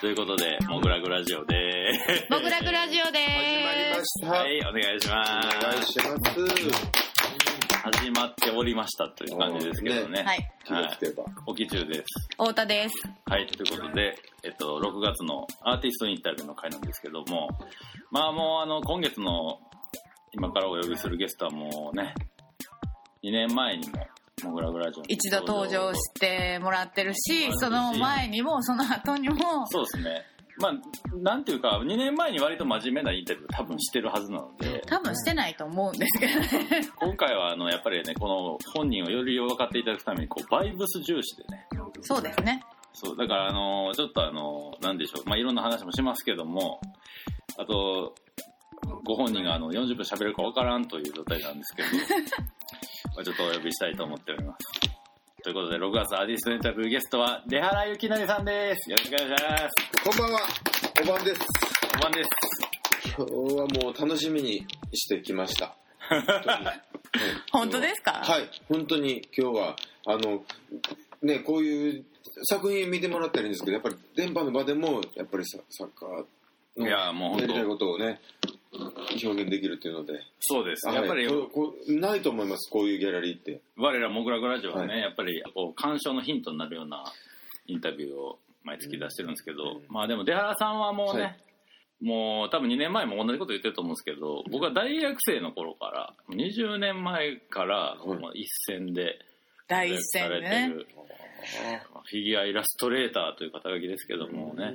ということで、もぐらぐラジオでーす。もぐらぐラジオで始まりー。ますした。はい、お願いしまお願いす。します。始まっておりましたという感じですけどね。はい。気をつけば。起き中です。太田です。はい、ということで、えっと、6月のアーティストインタビューの回なんですけども、まあもうあの、今月の今からお呼びするゲストはもうね、2年前にも、もぐらぐラジオに一度登場してもらってるし、その前にも、その後にも、そうですね。まあ、なんていうか、2年前に割と真面目なインタビュー多分してるはずなので、多分してないと思うんですけどね。今回はあの、やっぱりね、この本人をより分かっていただくために、こう、バイブス重視でね、 そうですね。そう、だからあの、ちょっとあの、なんでしょう、まあ、いろんな話もしますけども、あと、ご本人があの40分喋れるかわからんという状態なんです けど、まあちょっとお呼びしたいと思っております。ということで、6月アーティストインタビューゲストは、出原ゆきなりさんです。よろしくお願いします。こんばんは、おばんです。おばんです。今日はもう楽しみにしてきました。本当ですかはい、本当に今日は、あの、ね、こういう作品見てもらったらいいんですけど、やっぱり電波の場でも、やっぱりさサッカーのいやーもう本当やりたいことをね、表現できるっていうので、そうです。はいやっぱり、こうこうないと思います、こういうギャラリーって。我らモグラグラジオはね、はやっぱりこう鑑賞のヒントになるようなインタビューを毎月出してるんですけど、うんまあでも出原さんはもうね、はいもう多分2年前も同じこと言ってると思うんですけど僕は大学生の頃から20年前からはいまあ一線で第一線でね。フィギュアイラストレーターという肩書きですけどもね、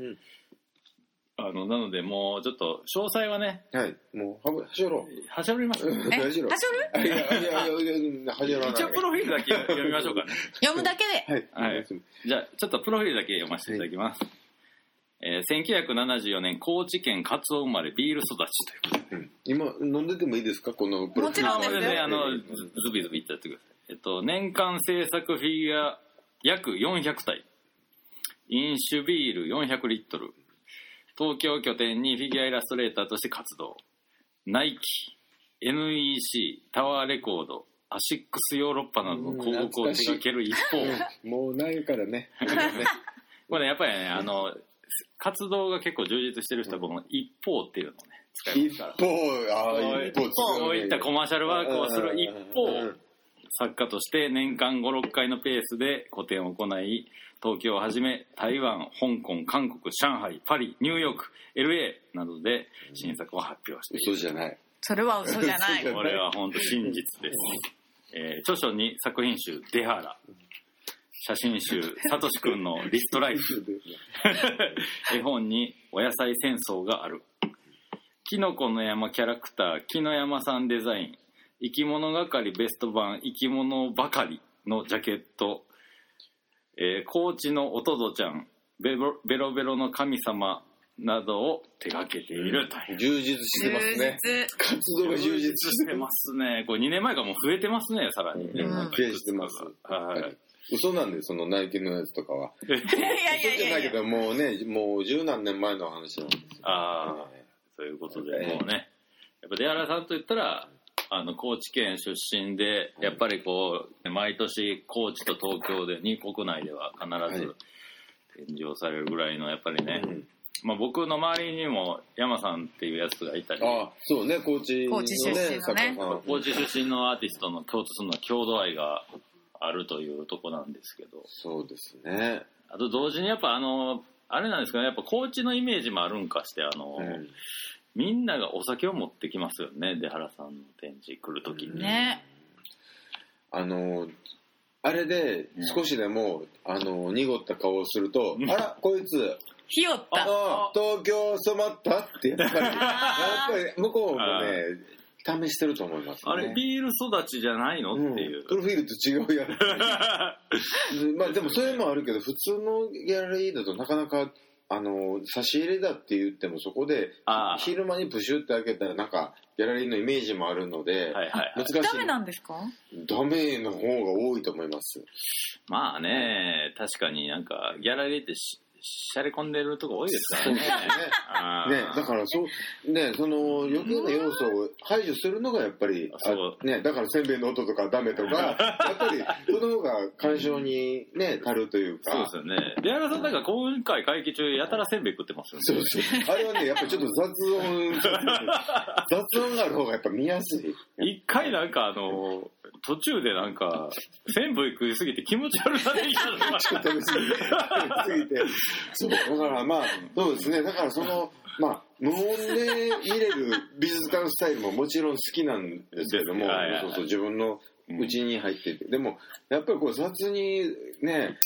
あのなのでもうちょっと詳細はねはい、もう、はぶ、はしょろう。はしゃりますよね え、大はし丈ょ夫るいやいやいやいや、はじらない。一応プロフィールだけ読みましょうかね読むだけで。はい。はいじゃあ、ちょっとプロフィールだけ読ませていただきます。えー1974年、高知県カツオ生まれ、ビール育ちということで。うん今、飲んでてもいいですかこのプロフィールもちろんですよこれで、あの、ズズビズビいっちゃってください。えっと、年間制作フィギュア約400体。飲酒ビール400リットル。東京拠点にフィギュアイラストレーターとして活動。ナイキ、NEC、タワーレコード、アシックスヨーロッパなどの広告を手掛ける一方、もうないからね。 これねやっぱりね、あの、活動が結構充実してる人はこの一方っていうのをね、使いま一すから。方、ああ、一方、こういったコマーシャルワークをする一うん方、作家として年間5、6回のペースで個展を行い、東京をはじめ、台湾、香港、韓国、上海、パリ、ニューヨーク、LA などで新作を発表している嘘じゃない。 それは嘘じゃない。これは本当真実です。えー著書に作品集「出原」写真集「さとしくんのリストライフ」絵本に「お野菜戦争がある」「きのこの山キャラクターきの山さんデザイン」「生き物係ベスト版生き物ばかり」のジャケット、えー、高知のおとどちゃんベロベロベロの神様などを手掛けているという充実してますね。実。活動が充実してまますね。これ2年前からもう増えてますね、さらにね。うん増えてますはい。す。嘘なんで、そのナイキのやつとかは。いやい嘘じゃやないいけやいや。ど、もうね、もう十何年前の話なんですよ。ああ、ということで、もうね、やっぱ出原さんといったら、あの、高知県出身で、やっぱりこう、毎年高知と東京で、に国内では必ずは展示をされるぐらいの、やっぱりね、うんまあ僕の周りにも山さんっていうやつがいたり、ああ、そうね、高知の高ね。知出身のね坂高本さん知出身のアーティストの共通するのは郷土愛があるというとこなんですけど、そうですね。あと同時にやっぱあの、あれなんですかね、やっぱ高知のイメージもあるんかして、あの、うんみんながお酒を持ってきますよね、出原さんの展示来るときに。ね。あのあれでうん少しでも、あの濁った顔をすると「あらこいつひよっあた。の東京染まった」ってやっ ぱりやっあぱーり向こうもね試してると思います、ね、あれ、ビール育ちじゃないの、っていううん。プロフィールと違うや つまあでもそれもあるけど普通のギャラリーだとなかなかあの差し入れだって言ってもそこであー昼間にプシュって開けたらなんかギャラリーのイメージもあるので、はいはいはい。難しいダメなんですかダメの方が多いと思いますまあね、確かになんか、ギャラリーってししゃれ込んでるとこ多いですからね。あー ね、だからそう、ね、その余計な要素を排除するのがやっぱり、そあね、だからせんべいの音とかダメとか、やっぱりその方が干渉にね、足るというそうでかす、よね。出原さん、なんか今回会議中、やたらせんべい食ってますよね。そうそうあれはね、やっぱりちょっと雑音、雑音がある方がやっぱ見やすい。一回なんかあの、途中でなんか、せんべい食いすぎて気持ち悪くなってきたのが ちょっと食べ過ぎ食べ過ぎて。そう、だからまあ、そうですね。だからその、まあ、無音で見れる美術館スタイルももちろん好きなんですけども、はいはいそうそう自分のうちに入ってて。でも、やっぱりこう雑にね、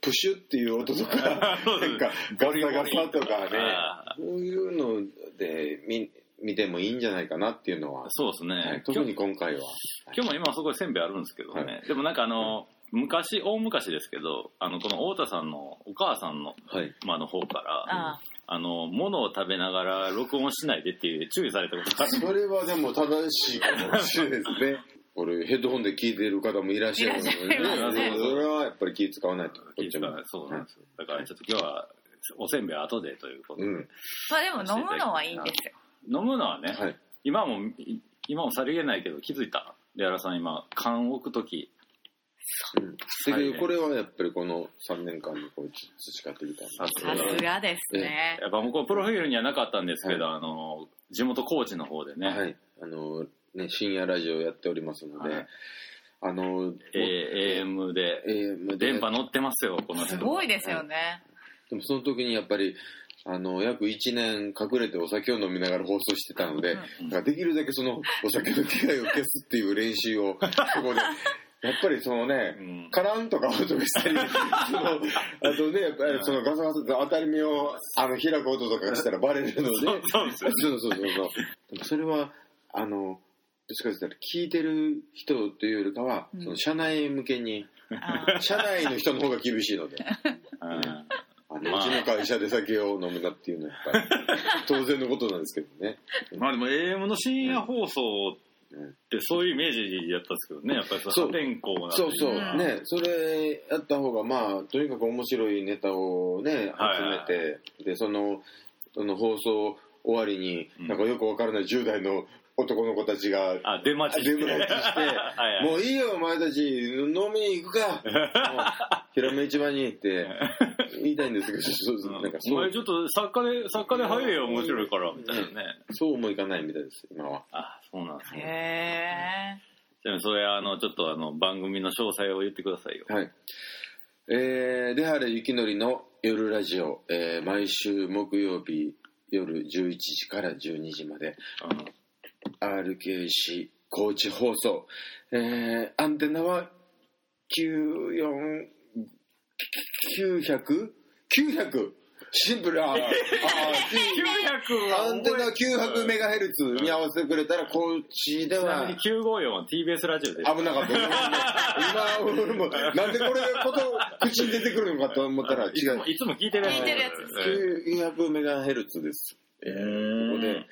プシュっていう音とか、 そうでなすんかガサガサとかね、あそういうので見見てもいいんじゃないかなっていうのは、そうですね。特今に日今回は。今日も今すごいせんべいあるんですけどね。はでもなんかあの、昔、大昔ですけど、あの、この太田さんのお母さんの、はい。まあ、の方から、ああの、物を食べながら録音しないでっていう注意されたことがある。それはでも正しいかもしれないですね。これヘッドホンで聞いてる方もいらっしゃるので、いらっしゃいますねそれはやっぱり気使わないと。こっちもそうなんですよ。だからちょっと今日は、おせんべいは後でということうで。ん。まあでも飲むのはいいんですよ飲むのはね、はい。今もい今もさりげないけど気づいたで原さん今缶を置く時うんだけどこれはやっぱりこの3年間でこう培ってきた。さすさすがですねやっぱ向こうプロフィールにはなかったんですけど、あの地元高知の方でね、はい。あの、ね、深夜ラジオやっておりますので、はいあの、えー AM でえーまあ電波乗ってますよこの人すごいですよねでもその時にやっぱりあの約1年隠れてお酒を飲みながら放送してたので、うんだからできるだけそのお酒の気配を消すっていう練習をそ こでやっぱりそのね、うんカランとか音が したりそのあとねやっぱりそのガサガサと当たり目をあの開く音とかがしたらバレるのでそうそうですよそうそうそうでもそれはあのどっちかというと聞いてる人というよりかは、うんその社内向けにあー社内の人の方が厳しいの で。うんあのまあうちの会社で酒を飲むなっていうのはやっぱり当然のことなんですけどね。まあでも AM の深夜放送ってそういうイメージやったんですけどねやっぱりそそうの破天荒なそうそう、うんね、それやった方がまあとにかく面白いネタをねはい集めて、でそのその放送終わりに、うんなんかよくわからない10代の男の子たちがあ出待ち出迎えてきてはいはいもういいよお前たち飲みに行く かもうひらめ市場に行って言いたいんですけどそうそうなんかおそ前うちょっと作家で作家で入れよ面白いからみたいなね、そうもいかないみたいです今は。あそうなんですねへでもそれあのちょっとあの番組の詳細を言ってくださいよ。はい。えー、出原ゆきのりの夜ラジオ、えー毎週木曜日夜11時から12時まで、RKC 高知放送、えーアンテナは94、900、900! シンプル、あーあー、 900 900アンテナ900メガヘルツに合わせてくれたら、高知でちなはみに。954は TBS ラジオです。危なかった。今、俺も、なんでこれがこと、口に出てくるのかと思ったら、違いつもう。いつも聞いてるやつ。聞いてるや900メガヘルツです。えーここで、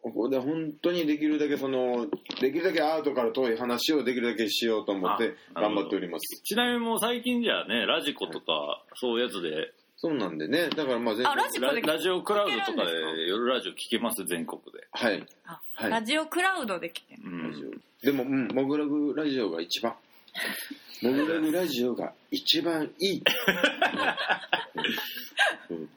ここで本当にできるだけその、できるだけアートから遠い話をできるだけしようと思ってあなるほ頑ど張っております。ちなみにもう最近じゃね、ラジコとか、そういうやつで、そうなんでね、だからまあ全あラジコラでラジオクラウドとか聞けでるんで夜ラジオ聞けます、全国で。はい。あはいラジオクラウドで来てるうんラジオでも、うん、モグラグラジオ が一番。モグラグラジオが一番いい。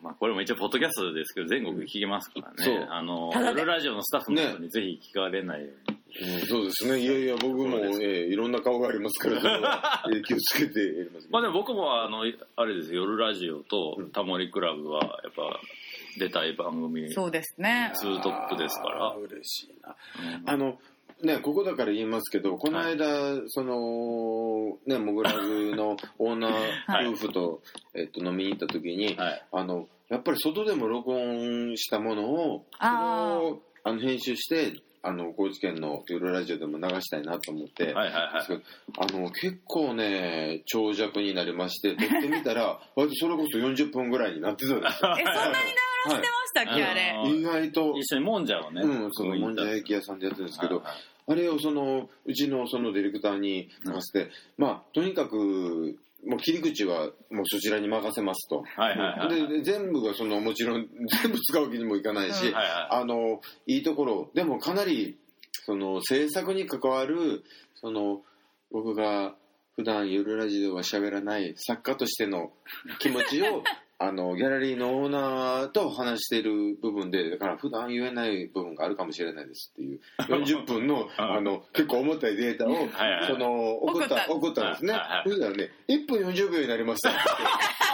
まあこれも一応ポッドキャストですけど、全国で聞けますからね。そうあの、ただで夜ラジオのスタッフの人にぜひ聞かれないように。うんそうですね。いやいや、僕そも、うえですーいろんな顔がありますからそれは、えー気をつけてやります、 まあでも僕もあの、あれですよ夜ラジオとうんタモリクラブは、やっぱ、出たい番組。そうですねツートップですからあー嬉しいな。うんあの、ね、ここだから言いますけど、この間、その、ね、モグラ グのオーナはいー夫婦と、えっと、飲みに行った時に、はい。あの、やっぱり外でも録音したものを、あーそれをあの編集して、あの、高知県の夜ラジオでも流したいなと思って、はいはいはい。あの結構ね長尺になりまして撮ってみたら 割とそれこそ40分ぐらいになってたんですよえそんなに流してましたっけはいあれあの意外と、一緒にもんじゃをね。うん、そのももんんじじゃゃで焼き屋さんでやってるんですけどはいあれをそのうちのそのディレクターに任せてまあとにかくもう切り口はもうそちらに任せますと。はいはいはいでで全部がそのもちろん全部使うわけにもいかないし、うんはいはいあのいいところでもかなりその制作に関わるその僕が普段ゆるラジオは喋らない作家としての気持ち をあのギャラリーのオーナーと話している部分でだから普段言えない部分があるかもしれないですっていう40 分のあの結構重たいデータをはいはいその送った送送ったんですねはいはいはい。そしたらね1分40秒になりま したって。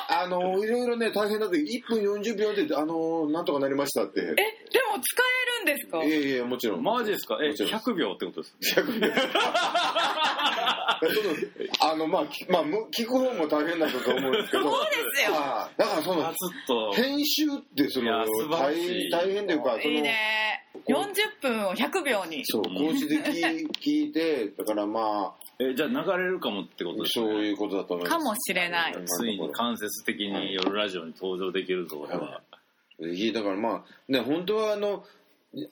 あのいろいろね大変だって1分40秒であのなんとかなりましたって。えでも使えるんですかいやいやもちろん。マジですかえもちろん100秒ってことです100秒 あのまあきまあむ聞く方も大変だったと思うんですけど。そうですよあーだからそかのずっと編集ってそいやの素晴ら大しい大変というかその。いいね40分を100秒にそううん講師で聞い聞いてだからまあえじゃあ流れるかもってことですそうねいうことだと思いますかもしれないついに間接的に夜ラジオに登場できるぞ俺はだからまあね本当はあの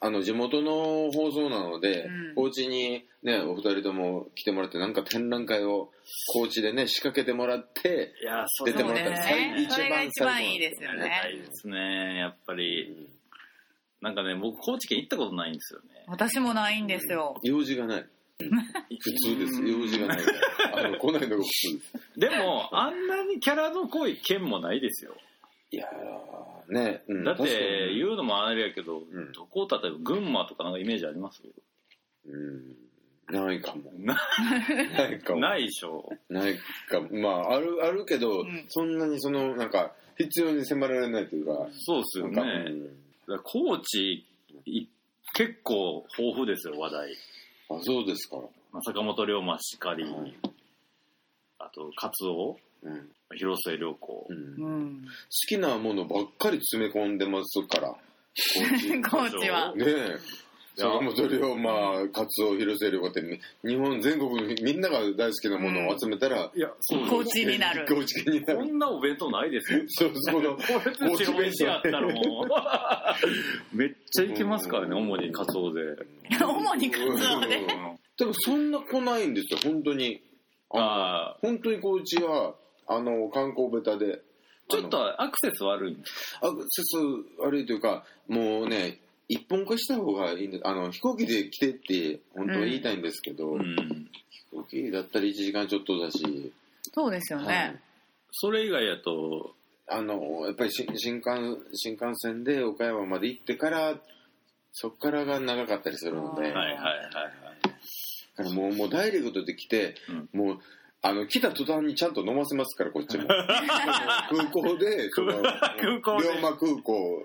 あの地元の放送なので、うんお家にねお二人とも来てもらってなんか展覧会を高知でね仕掛けてもらっていやそ出てそうもらでっすたら最ねそれが一一番最高なんですよね番いいですよありがたねいですねやっぱりなんかね僕高知県行ったことないんですよね私もないんですよ用事がない 普通です用事がないあの来ないのが普通ですでもあんなにキャラの濃い県もないですよいやーね、うんだって確かに言うのもあれやけど、んどこ例えば群馬とかなんかイメージありますけどうんな いかもなないかもないでしょないかもまああるあるけど、うんそんなにそのなんか必要に迫られないというかそうですよねなんかうんだから高知い結構豊富ですよ話題あそうですか。まあ坂本龍馬しかり、はいあとカツオうん広末涼子、うんう好んきなものばっかり詰め込んでますから。こっちね高知はえ。いや坂本龍馬、カツオ、広瀬涼子ってみ日本全国のみんなが大好きなものを集めたら、いやそう高知になる高知県になこる。んなお弁当ないですよそうそのこれと白飯やったらもう めっちゃいけますからねうん主にカツオで主にカツオでうんでもそんな来ないんですよ本当に。ああ本当に高知はあの観光ベタで。ちょっとアクセス悪いんですアクセス悪いというかもうね一本化した方がいいんだあの飛行機で来てって本当は言いたいんですけど、うん飛行機だったら1時間ちょっとだし、そうですよはいねそれ以外やとあのやっぱり新新幹新幹線で岡山まで行ってからそこからが長かったりするので、あはーいはいはいだからもうもうダイレクトで来て、もうあの来た途端にちゃんと飲ませますからこ っちも空港でその空港で龍馬空港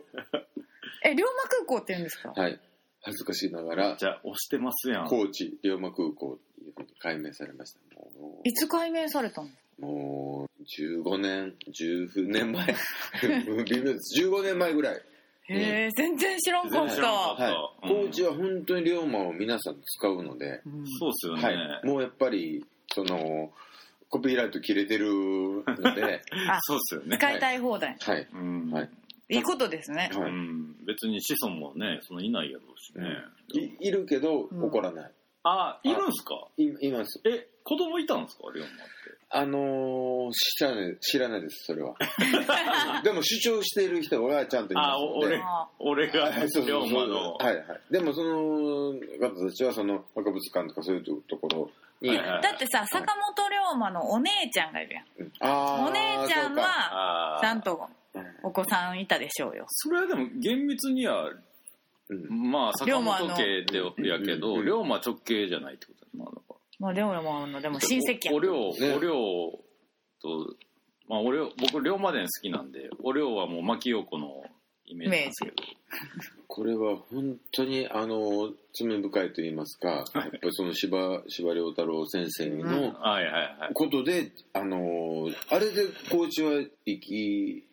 え龍馬空港って言うんですかはい恥ずかしいながらじゃあ押してますやん高知龍馬空港っていうふうに改名されましたもいつ解明されたのうもう15年10 年前微妙です15年前ぐらい、へえ全然知らんか全っ然知らんかったたはい、うん高知は本当に龍馬を皆さん使うので、うんそうっすよね、はい、もうやっぱりそのコピーライト切れてるの であそうっすよね使いたい放題はいうん、はいいいことですねうはい、ん、別に子孫もねそのいないやろうしね、いいるけど怒らない、あいるんすかいいますえ子供いたんですか龍馬ってあのー知らない知らないですそれ は でも主張している人はちゃんといまあすおので俺あ俺がはいそう龍そう馬のはいはい。でもその方たちはその博物館とかそういうところに、はいはいだってさ坂本龍馬のお姉ちゃんがいるやんうんあーお姉ちゃんはあーちゃんとお子さんいたでしょうよそれはでも厳密にはそうかまあ坂本家でやけうんどうん龍馬直系じゃないってことやななんかまあ龍馬のでも親戚やおんお龍おね龍とまあお龍僕龍馬伝好きなんでお龍はもう牧陽子のイメージなんですけどこれは本当にあの罪深いと言いますか、やっぱりその柴柴良太郎先生のはいはいはいことで、あのあれで高知は生き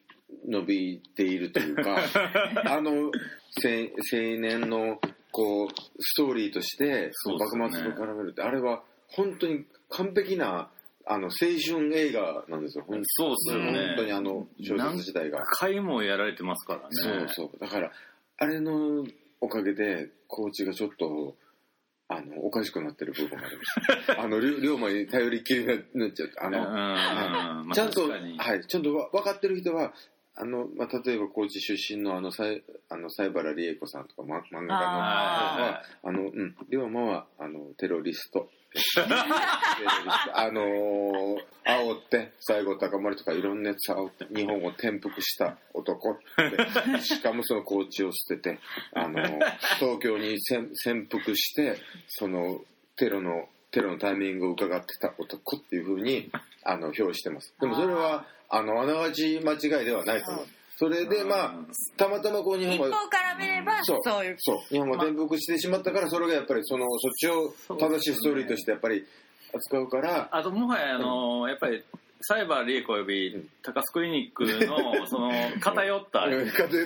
延びているという か、あのせ青年のこうストーリーとして、そうですね幕末と絡めるってあれは本当に完璧なあの青春映画なんですよ。本そうっす当よに,、ね本当にあの小説自体が。回もやられてますからねそうそう。だから、あれのおかげで、コーチがちょっと、あのおかしくなってる部分がありま したあの龍龍馬に頼りっきりになっちゃうあの、うんちゃんと、まあ確かにはい、ちゃんとわ分かってる人は、あの、まあ、例えば高知出身のあの、さい、あの、西原理恵子さんとか、ま、漫画家の方はあ、あの、うん、龍馬は、あの、テロリスト。テロリストあのー、煽って、西郷隆盛とかいろんなやつ煽って、日本を転覆した男ってしかもその高知を捨てて、あのー、東京に潜潜伏して、その、テロの、テロのタイミングを伺ってた男っていうふうに、あの、表してます。でもそれは、あの、あながち間違いではないと思う。それで、まあ、たまたまこう日一本が、方から見ればそうそういうそう、日本が転覆してしまったから、それがやっぱり、その、そっちを正しいストーリーとしてやっぱり扱うから、あともはやあの、やっぱりサイバー理恵子及び高須クリニックのそ の偏った、かというとねそう、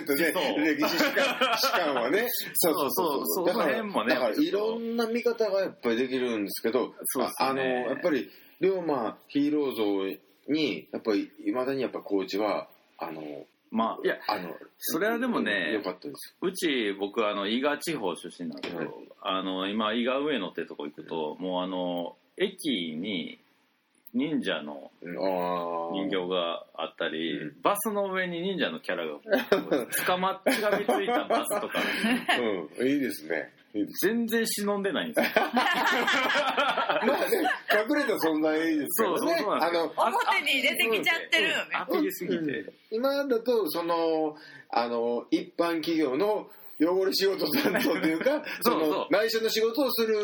歴史史観史観はね、 そうそうだからその辺もねだからいろんな見方がやっぱりできるんですけど、そうですねああの、やっぱり、龍馬ヒーロー像に、やっぱり、いまだにやっぱ高知は、あの、まあいやあの、それはでもねよかったです。うち僕はあの伊賀地方出身なんだけど、はいあの今伊賀上野ってとこ行くと、もうあの駅に忍者のうんああ。人形があったり、うんバスの上に忍者のキャラが 捕まってがみついたバスとかうん、いいですね。いいです。全然忍んでないんですよまあね、隠れた存在ですけそどね。うそうそうなあんですの、表に出てきちゃってるよねアピールすぎて、うん今だと、その、あの、一般企業の汚れ仕事担当っていうか、 そうそうの、内緒の仕事をする、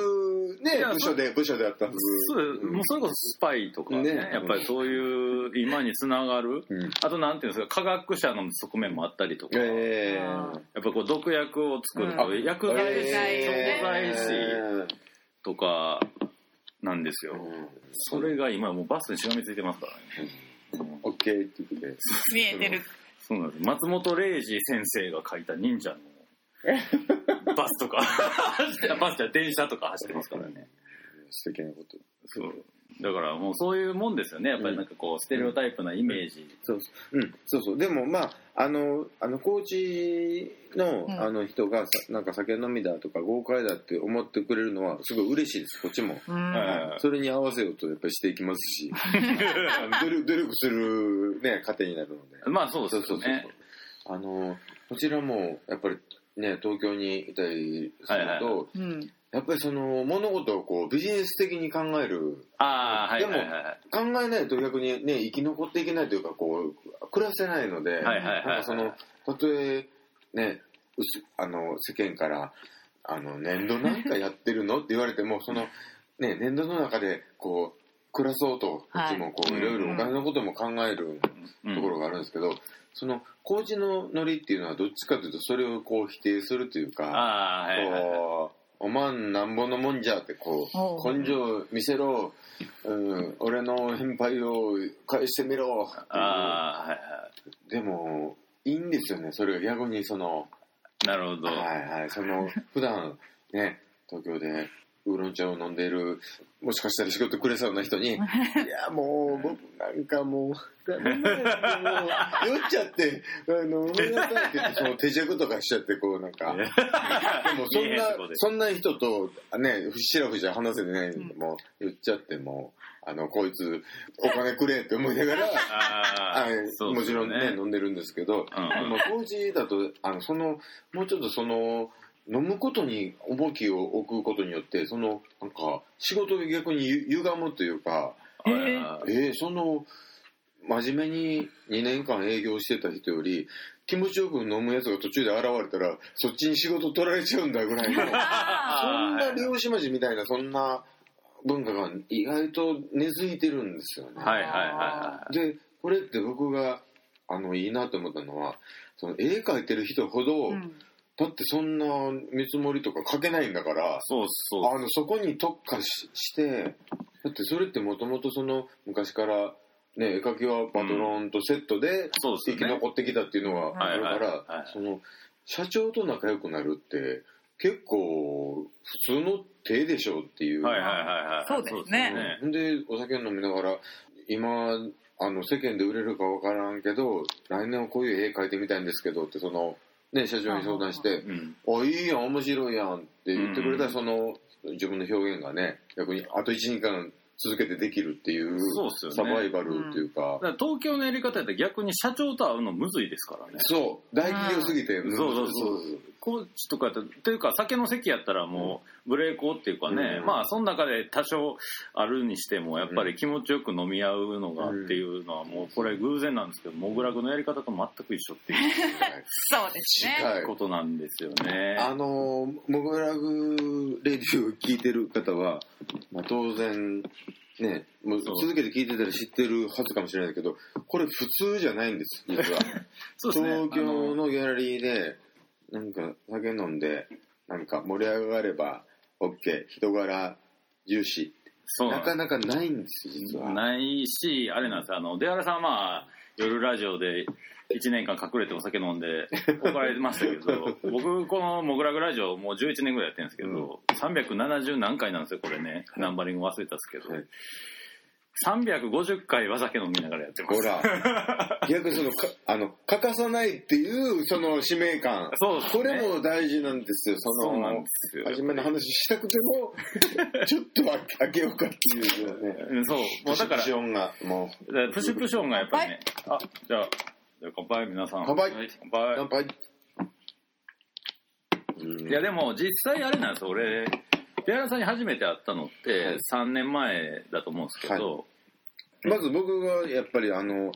ねい、や部署で、部署であったはず。そうもうそれこそスパイとかねねやっぱりそういう今につながるうん。あとなんていうんですか科学者の側面もあったりとか、えあーやっぱこう毒薬を作ると、う薬ー剤師、えー錠剤師えとかなんですーうよんそれが今もうバスにしがみついてますからね、うんオッケーって言って。見えてるそうなんです松本零士先生が書いた忍者のバスとかバスじゃ電車とか走ってますからね素敵なこと。そうだからもうそういうもんですよねやっぱりなんかこうステレオタイプなイメージ、そうそう,、うん、そうそうでもまああのあの高知の,、うんあの人がさなんか酒飲みだとか豪快だって思ってくれるのはすごい嬉しいですこっちも、うんはいそれに合わせようとやっぱりしていきますしあの努力努力する、ね、糧になるのでまあそうですよねあのこちらもやっぱりね東京にいたりすると、はいはいはうんやっぱりその物事をこうビジネス的に考えるああはいではもいはい考えないと逆にね生き残っていけないというかこう暮らせないので、はいはいはいなんかそのたとえねうすあの世間からあの年度なんかやってるのって言われてもそのね年度の中でこう暮らそうとこはいっちもこう、うんい、ろいろお金のことも考えるうんところがあるんですけど、その工事のノリっていうのはどっちかというとそれをこう否定するというかああはいはいはいこうおまんなんぼのもんじゃってこうおう根性見せろ、うん、俺の返杯を返してみろああはいはでもいいんですよねそれが逆にそのいなるほどはいはいその普段ね東京でウーロン茶を飲んでいるもしかしたら仕事くれそう な人に「いやもう僕なんかもうダメなんですよもう酔っちゃってあのごめんなさい」って言ってその手酌とかしちゃってこうなんか。でもそんいなやそこでそんな人とねふしらふしら話せてないのも言っちゃってもあのこいつお金くれって思いながらああ あそうもでちすろよんね飲んでるんですけうどんでも当時だとあのそのもうちょっとその飲むことに重きを置くことによってそのなんか仕事が逆にゆ歪むというかうんえーあえー、その真面目に2年間営業してた人より気持ちよく飲むやつが途中で現れたらそっちに仕事取られちゃうんだぐらいの。ああそんなはい漁師町みたいなそんな文化が意外と根付いてるんですよね。はいはいはでこれって僕があのいいなと思ったのはその絵描いてる人ほーど、うんだってそんな見積もりとか書けないんだからそうそうあのそこに特化ししてだってそれってもともとその昔から、ね、絵描きはパトロンとセットでそうです生よきね残ってきたっていうのがあるから、はいはいはいその社長と仲良くなるって結構普通の手でしょうっていう、はいはいはいはいそうですねうんでお酒飲みながら今あの世間で売れるか分からんけど来年はこういう絵描いてみたいんですけどってその、ね、社長に相談してうん「あいいやん面白いやん」って言ってくれたうんその自分の表現がね逆にあと1時間続けてできるっていうそうっすよねサバイバルっていうかだから東京のやり方やったら逆に社長と会うのむずいですからねそう大企業すぎてうんそうそうそうコーチとかやったらというか酒の席やったらもう無礼講っていうかね、うんまあその中で多少あるにしてもやっぱり気持ちよく飲み合うのがうんっていうのはもうこれ偶然なんですけどモグラグのやり方と全く一緒っていう そうですね。はいことなんですよね。あのーモグラグレディを聞いてる方は、まあ、当然ねもうそう続けて聞いてたら知ってるはずかもしれないけどこれ普通じゃないんです実は そうですね東あ京ののギャラリーでなんか酒飲んでなんか盛り上がれば OK 人柄重視そうなかなかないんです実はないし、あれなんですよあの、出原さんはまあ、夜ラジオで1年間隠れてお酒飲んで怒られましたけど、 僕、このモグラグラジオもう11年ぐらいやってるんですけど、370何回なんですよ、これね。ナンバリング忘れたんですけど。はい350回は酒飲みながらやってまほす。ら逆にそのかあの欠かさないっていうその使命感そうですねこれも大事なんですよそのそうなんですよ。初めの話したくて もちょっとは開けようかっていうねうんそう。もうだから、シオンがもだからプシュプションがやっぱりね。あ、じゃあ、じゃあ乾杯皆さん。乾杯乾杯う。乾杯いやでも実際あれなんですよ俺出原さんに初めて会ったのっはてい3年前だと思うんですけど、まず僕がやっぱりあの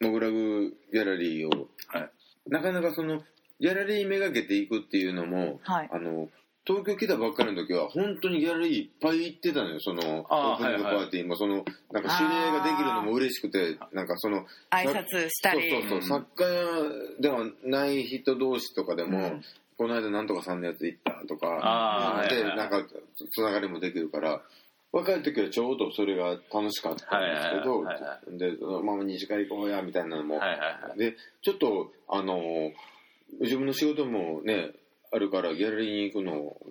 モグラグギャラリーを、はいなかなかそのギャラリーめがけていくっていうのもはい。あの東京来たばっかりの時は本当にギャラリーいっぱい行ってたのよそのオあーープニングパはいはいーティーもそのなんか知り合いができるのも嬉しくてなんかその挨拶したり。そうそうそう、作家ではない人同士とかでも、うんこの間なんとかさんのやつ行ったとあかーはでいはいなんかつながりもできるから若い時はちょうどそれが楽しかったんですけど、はいはいはでそのまま二次会行こうやみたいなのも、はいはいはいでちょっとあの自分の仕事もねあるからギャラリーに行く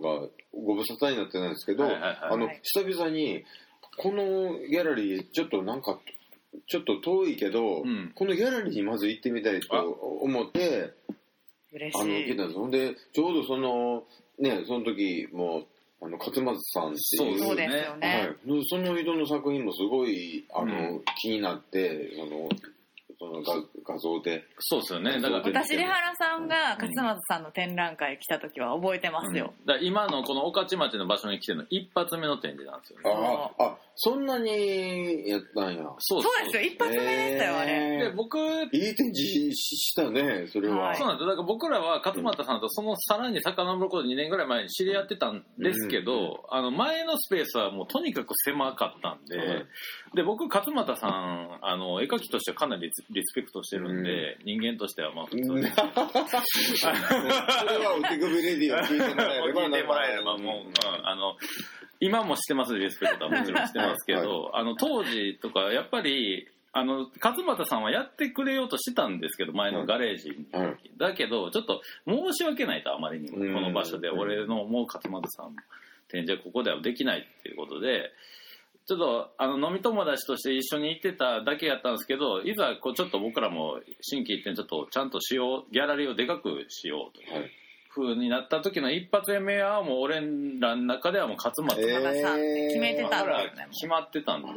のがご無沙汰になってないんですけど、はいはいはいあのはい久々にこのギャラリーちょっとなんかちょっと遠いけど、うんこのギャラリーにまず行ってみたいとあ思って嬉あのし来い。たんですほんでちょうどそのねその時もあの勝松さんっていうそうですよね。はい、その人の作品もすごいあの、う気になってそのその画画像でそうですよねだから,、私、出原さんが勝松さんの展覧会来た時は覚えてますよ。だから今のこの御徒町の場所に来てるの一発目の展示なんですよねあああそんなにやったんやそうそうですよ、一発目でしたよ、あれ。えでー僕いい展示ししたねそれは、 はいそうなんですよだから僕らは勝俣さんとそのさらに遡ること2年ぐらい前に知り合ってたんですけど、うんあの前のスペースはもうとにかく狭かったんで、はいで僕勝俣さんあの絵描きとしてはかなりリスリスペクトしてるんで、人間としてはまあ普通 に。それはお手首レディを聞いてもらえれば 聞いてもらえればもう、うんあの今もしてますリスペクトはもちろんしてますけど、はいあの当時とかやっぱりあの勝俣さんはやってくれようとしてたんですけど前のガレージに、はいだけどちょっと申し訳ないとあまりにもこうんの場所でうん俺の思う勝俣さんの展示はここではできないっていうことで。ちょっとあの飲み友達として一緒に行ってただけやったんですけどいざこうちょっと僕らも新規一転ちょっとちゃんとしようギャラリーをでかくしようとはい風になった時の一発目はもう俺らの中ではもう勝松えさんなんかさ決めてだたんかだらよね。決まってたんで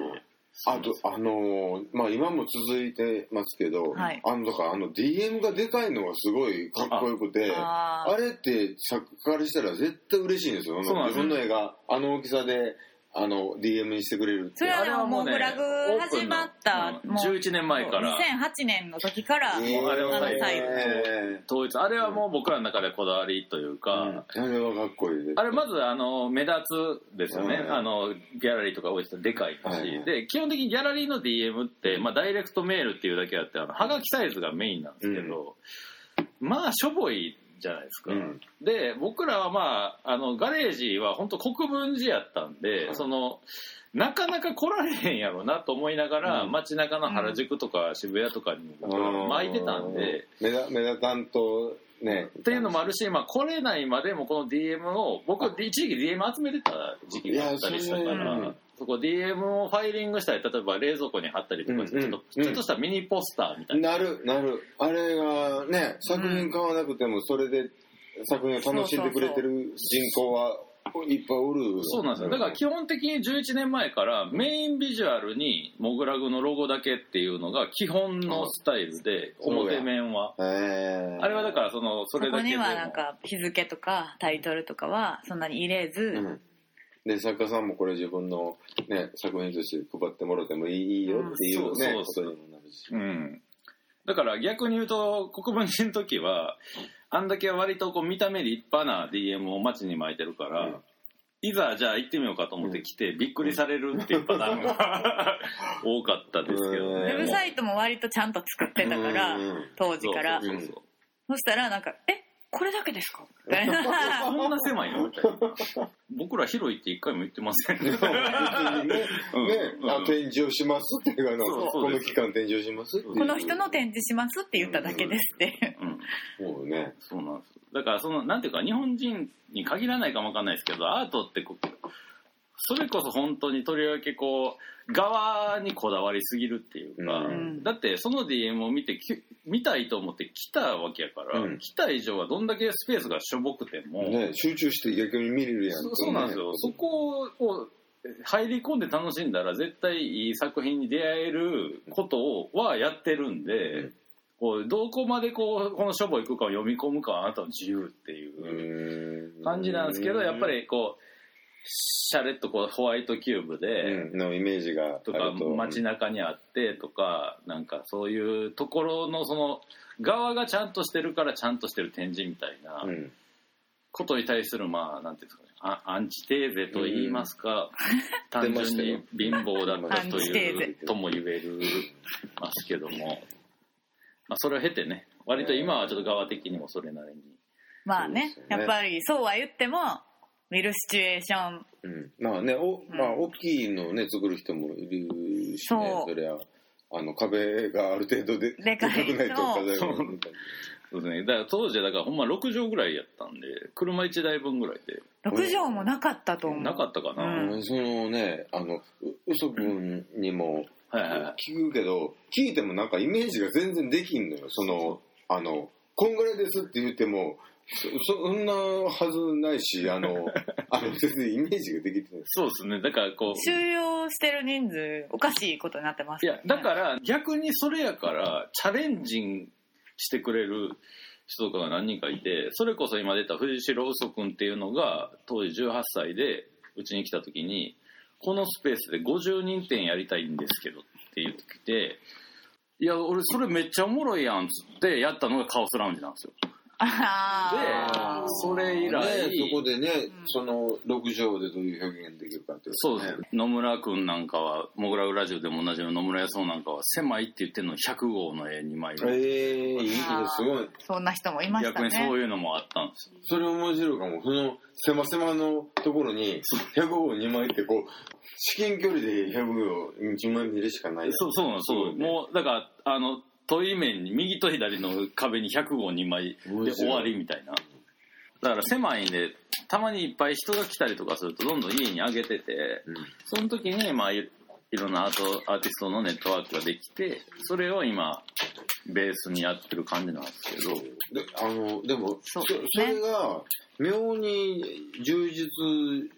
あとあのーまあ今も続いてますけど、はいあのだからあの DM がでかいのがすごいかっこよくてああーれって作家からしたら絶対嬉しいんですよそうなんで自すよ分の絵があの大きさであの DM にしてくれるってそれはでももうグラグ始まった、うん11年前から2008年の時から、あもうあれはのサイズえ統一あれはもう僕らの中でこだわりというーか、うんあれはかっこいいですあれまずあの目立つですよね、うんあのギャラリーとか多いですでかいし、はいで基本的にギャラリーの DM って、まあ、ダイレクトメールっていうだけあってあのはがきサイズがメインなんですけど、まあしょぼいじゃないですか、うんで僕らはまああのガレージは本当国分寺やったんで、はいそのなかなか来られへんやろなと思いながら、うん街中の原宿とか渋谷とかにも僕らは巻いてたんで。目立目立たんとねっていうのもあるし、まあ、来れないまでもこの DM を僕一時期 DM 集めてた時期があったりしたかいやそれらはそ,、うんこ DM をファイリングしたり例えば冷蔵庫に貼ったりとかして、うんうんちょっとちょっとしたミニポスターみたいな、なるなるあれがね作品買わなくてもそれで作品を楽しんでくれてる人口はいっぱいおるそうなんですよだから基本的に11年前からメインビジュアルにモグラグのロゴだけっていうのが基本のスタイルでうん表面はえーあれはだからそのそそれだこけでにもはなんか日付とかタイトルとかはそんなに入れず、うんで作家さんもこれ自分の、ね、作品として配ってもらってもいいよっていうね、うんそうそうそうことにもなるしうんだから逆に言うと国分寺の時はあんだけ割とこう見た目立派な DM を街に巻いてるから、うんいざじゃあ行ってみようかと思って来て、びっくりされるっていうパターン が多かったですけどうねんウェブサイイトも割とちゃんと作ってたから、うん当時からそうそう そうそしたらなんか「えこれだけですか?」みたいな そんな狭い のみたいな僕ら広いって一回も言ってませんねねうんね、あ展示をしますっていうあのそうそうこのです期間展示をしますっていうこの人の展示しますって言っただけですっていうんうもうねそうなんですだからそのなんていうか日本人に限らないかもわかんないですけどアートってこうそれこそ本当にとりわけこう側にこだわりすぎるっていうか、うんだってその DM を見てき見たいと思って来たわけやから、うん来た以上はどんだけスペースがしょぼくても、ね集中して逆に見れるやんそそうなんですよ、そこを入り込んで楽しんだら絶対いい作品に出会えることをはやってるんで、うんこうどこまでこうこの書房行くかを読み込むかはあなたの自由っていうう感じなんですけど、やっぱりこうシャレっとこうホワイトキューブで。うんのイメージがあるとか街な中にあってとかなんかそういうところのその側がちゃんとしてるからちゃんとしてる展示みたいなうんことに対するまあなんていうんですかねあアンチテーゼと言いますか、単出ましたよ純に貧乏だったとアンチテーいうゼとも言えるますけども、まあ、それを経てね割と今はちょっと側的にもそれなりにまあねそうですやよねっぱりそうは言っても見るシチュエーションうん、まあねお、まあ、大きいのをね作る人もいるしねそうそりゃあの壁がある程度ででかいくないとそう飾れないみたいそうですねだから当時はだからほんま6畳ぐらいやったんで車1台分ぐらいで6畳もなかったと思うなかったかな、うな、んそのねあのう嘘君にもはいはいはい聞くけど聞いてもなんかイメージが全然できんのよそのあのこんぐらいですって言ってもそそんなはずないしあのあの全然イメージができてないそうですねだからこう収容してる人数おかしいことになってますいやだから逆にそれやからチャレンジンしてくれる人とかが何人かいてそれこそ今出た藤代嘘君っていうのが当時18歳でうちに来た時にこのスペースで50人店やりたいんですけどって言ってきて。いや俺それめっちゃおもろいやんっつってやったのがカオスラウンジなんですよあでーそれ以来ねそこでね、んその6畳でどういう表現できるかっていそうです、野村君なんかはモグラウラジオでも同じよう野村康夫なんかは狭いって言ってんの100号の絵に枚ええー、いいあーすごいそんな人もいました逆ねにそういうのもあったんですよそれ面白いかもその狭狭のところに100号2枚ってこう至近距離で100号2枚見るしかないそうそうなんですそう、ねもうだからあの問い面に右と左の壁に100号2枚で終わりみたいなだから狭いんでたまにいっぱい人が来たりとかするとどんどん家に上げててその時にまあいいろんなアートアーティストのネットワークができてそれを今ベースにやってる感じなんですけどであのでもそそうそれが妙に充実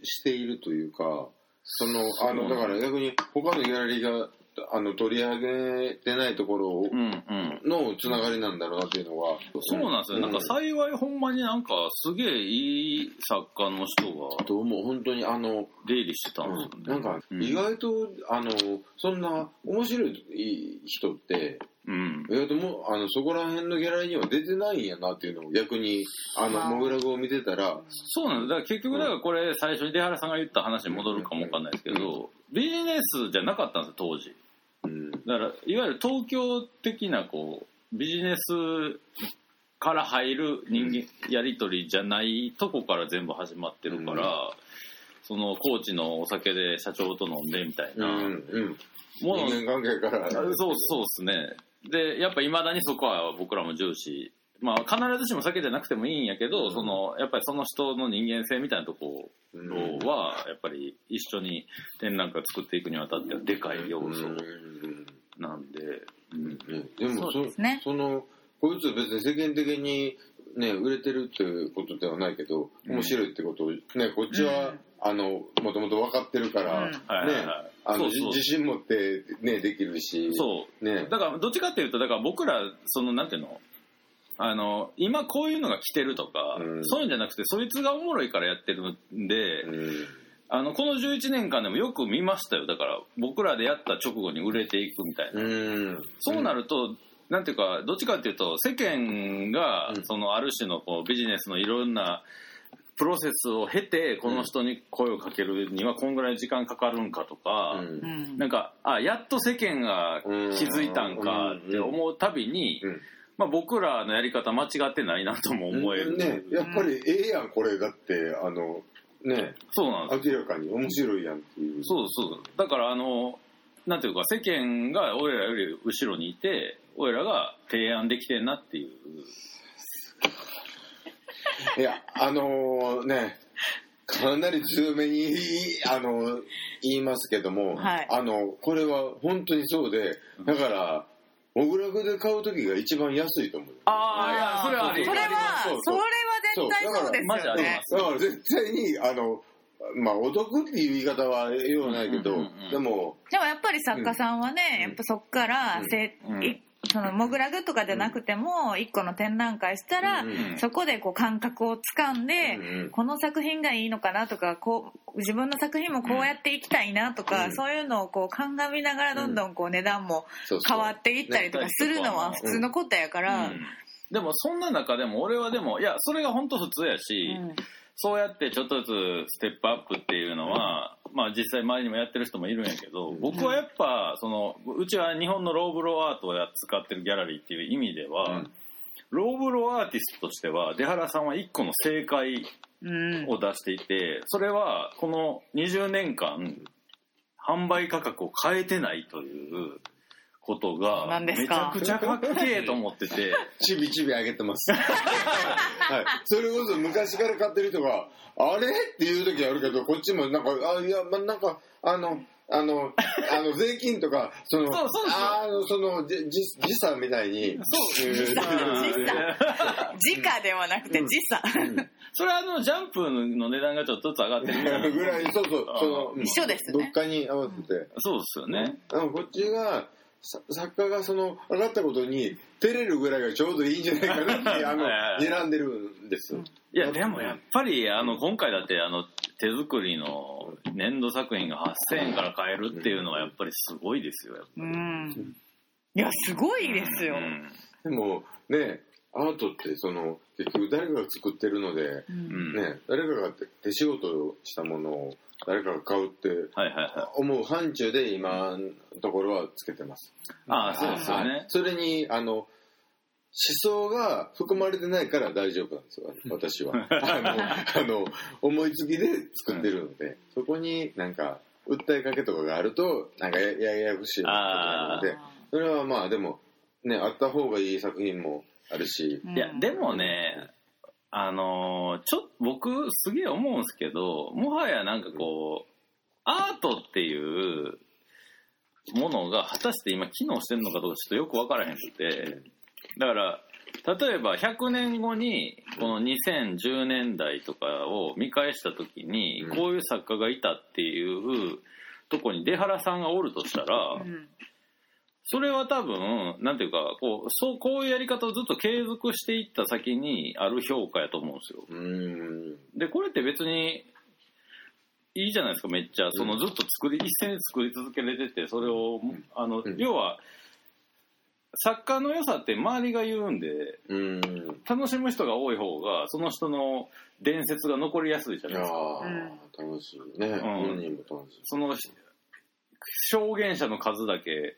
しているというかそのあうのんだから逆に他のギャラリーがあの取り上げてないところうんうんのつながりなんだろうなっていうのはそうなんですよ、なんか幸いほんまになんかすげえいい作家の人がどうも本当にあの出入りしてたんですよね、なんかうん意外と、あのそんな面白い人ってうん意外ともうあのそこら辺のギャラリーには出てないんやなっていうのを逆にあのあーモグラグを見てたらそうなんですだから結局だからこれ最初に出原さんが言った話に戻るかもわかんないですけどビジネスじゃなかったんですよ当時うんだからいわゆる東京的なこうビジネスから入る人間、やり取りじゃないとこから全部始まってるから、うその高知のお酒で社長と飲んでみたいうん、な、うん、もの人間関係からそうそうですねでやっぱいまだにそこは僕らも重視まあ必ずしも酒じゃなくてもいいんやけど、うんそのやっぱりその人の人間性みたいなところはやっぱり一緒に展覧会を作っていくにあたってはでかい要素なんで、うんうんでもそうそですねそのこいつ別に世間的にね売れてるっていうことではないけどうん面白いってことをねこっちは、うんあのもともと分かってるから、うはんいはいはいあのそうそう自信持ってねできるしそうねだからどっちかっていうとだから僕らそのなんていうのあの今こういうのが来てるとか、うんそういうんじゃなくてそいつがおもろいからやってるんで、うんあのこの11年間でもよく見ましたよだから僕らでやった直後に売れていくみたいな、うんそうなると、なんていうかどっちかっていうと世間が、うんそのある種のこうビジネスのいろんなプロセスを経てこの人に声をかけるにはこんぐらい時間かかるんかとか、うんうんなんかあやっと世間が気づいたんかって思うたびに、うんまあ、僕らのやり方間違ってないなとも思える、ねやっぱりええやんこれだってあのねそうなんです明らかに面白いやんっていうそうそうだからあのなんていうか世間が俺らより後ろにいて俺らが提案できてんなっていういやあのねかなり強めにあの言いますけども、はいあのこれは本当にそうでだから小倉具で買う時が一番安いと思うあーあいやそそれれはありはそうそそれうは絶対そうでマジすあよりまねすだから絶対にあのまあお得っていう言い方はようないけど、うんうんうんでもでもやっぱり作家さんはね、んやっぱそっから、うんせうんいそのモグラグとかじゃなくても一個の展覧会したら、うんうんそこでこう感覚をつかんで、うんこの作品がいいのかなとかこう自分の作品もこうやっていきたいなとか、うんそういうのをこう鑑みながらどんどんこう値段もそうそう変わっていったりとかするのは普通のことやから、うんでもそんな中でも俺はでもいやそれが本当普通やうし、んそうやってちょっとずつステップアップっていうのは、まあ実際周りにもやってる人もいるんやけど、うん僕はやっぱそのうちは日本のローブローアートを扱ってるギャラリーっていう意味では、うんローブローアーティストとしては出原さんは一個の正解うんを出していてそれはこの20年間販売価格を変えてないということが何でめすちゃかくちゃかっけえと思ってて。ちびちび上げてます。はい。それこそ昔から買ってる人が、あれっていう時あるけど、こっちもなんか、あ、いや、ま、なんか、あの、あの、あの、税金とか、その、そうそうそうあの、その、じ、じ、時差みたいに。そう、時時差直ではなくて時差、 それはあのジャンプの値段がちょっとずつ上がってるみたいなぐらい、そうそう、その、うん一緒ですどねっかに合わせて。そうですよね。あの、こっちが、さ作家がその上がったことに照れるぐらいがちょうどいいんじゃないかなってあのはい選んでるんですよ。いや、でもやっぱり、あの、今回だって、あの、手作りの粘土作品が8000円から買えるっていうのはやっぱりすごいですよ。うん、いやすごいですよ、うんでもねアートってその結局誰かが作ってるので、うんね、誰かが手仕事をしたものを誰かが買うってはいはいは思う範疇で今のところはつけてます。い。ああ、そうですよはいね。それにあの思想が含まれてないから大丈夫なんです よ私はあのあの思いつきで作ってるので、そこになんか訴えかけとかがあるとなんかややややこしいことになるのでそれはまあでもねあった方がいい作品もあるし、うんいや、でもね、あのーちょっと僕すげえ思うんですけど、もはやなんかこう、アートっていうものが果たして今機能してるのかどうかちょっとよくわからへんくて、だから、例えば100年後にこの2010年代とかを見返した時にうんこういう作家がいたっていうとこに出原さんがおるとしたらうんそれは多分なんていうかこうそうこういうやり方をずっと継続していった先にある評価やと思うんですよ。うーんでこれって別にいいじゃないですかめっちゃそのずっと作り一斉に作り続けられててそれをあのうん要は作家の良さって周りが言うんで。うーん楽しむ人が多い方がその人の伝説が残りやすいじゃいないやですかー、楽しいね、本人も楽しいそのし証言者の数だけ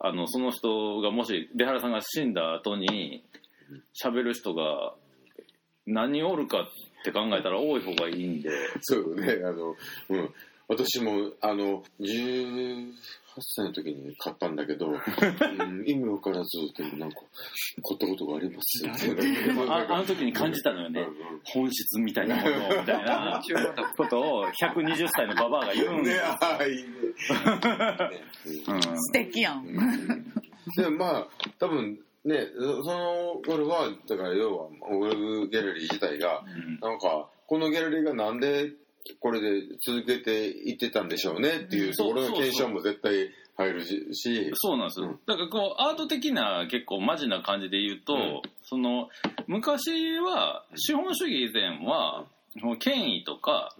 あのその人がもし出原さんが死んだ後に喋る人が何おるかって考えたら多い方がいいんでそうねあのうん私もあの18歳の時に買ったんだけど、うん、意味わからずでもなんか買ったことがありますってでもああの時に感じたのよね本質みたいなものみたいなことを120歳のババアが言うんねであいいねうん素敵やん、うんでもまあ多分ねそその頃はだから要はオルグ・ギャラリー自体がうんなんかこのギャラリーがなんでこれで続けていってたんでしょうねっていうところの検証も絶対入るししそうなんですよ、うんだからこうアート的な結構マジな感じで言うと、うんその昔は資本主義以前は、その権威とか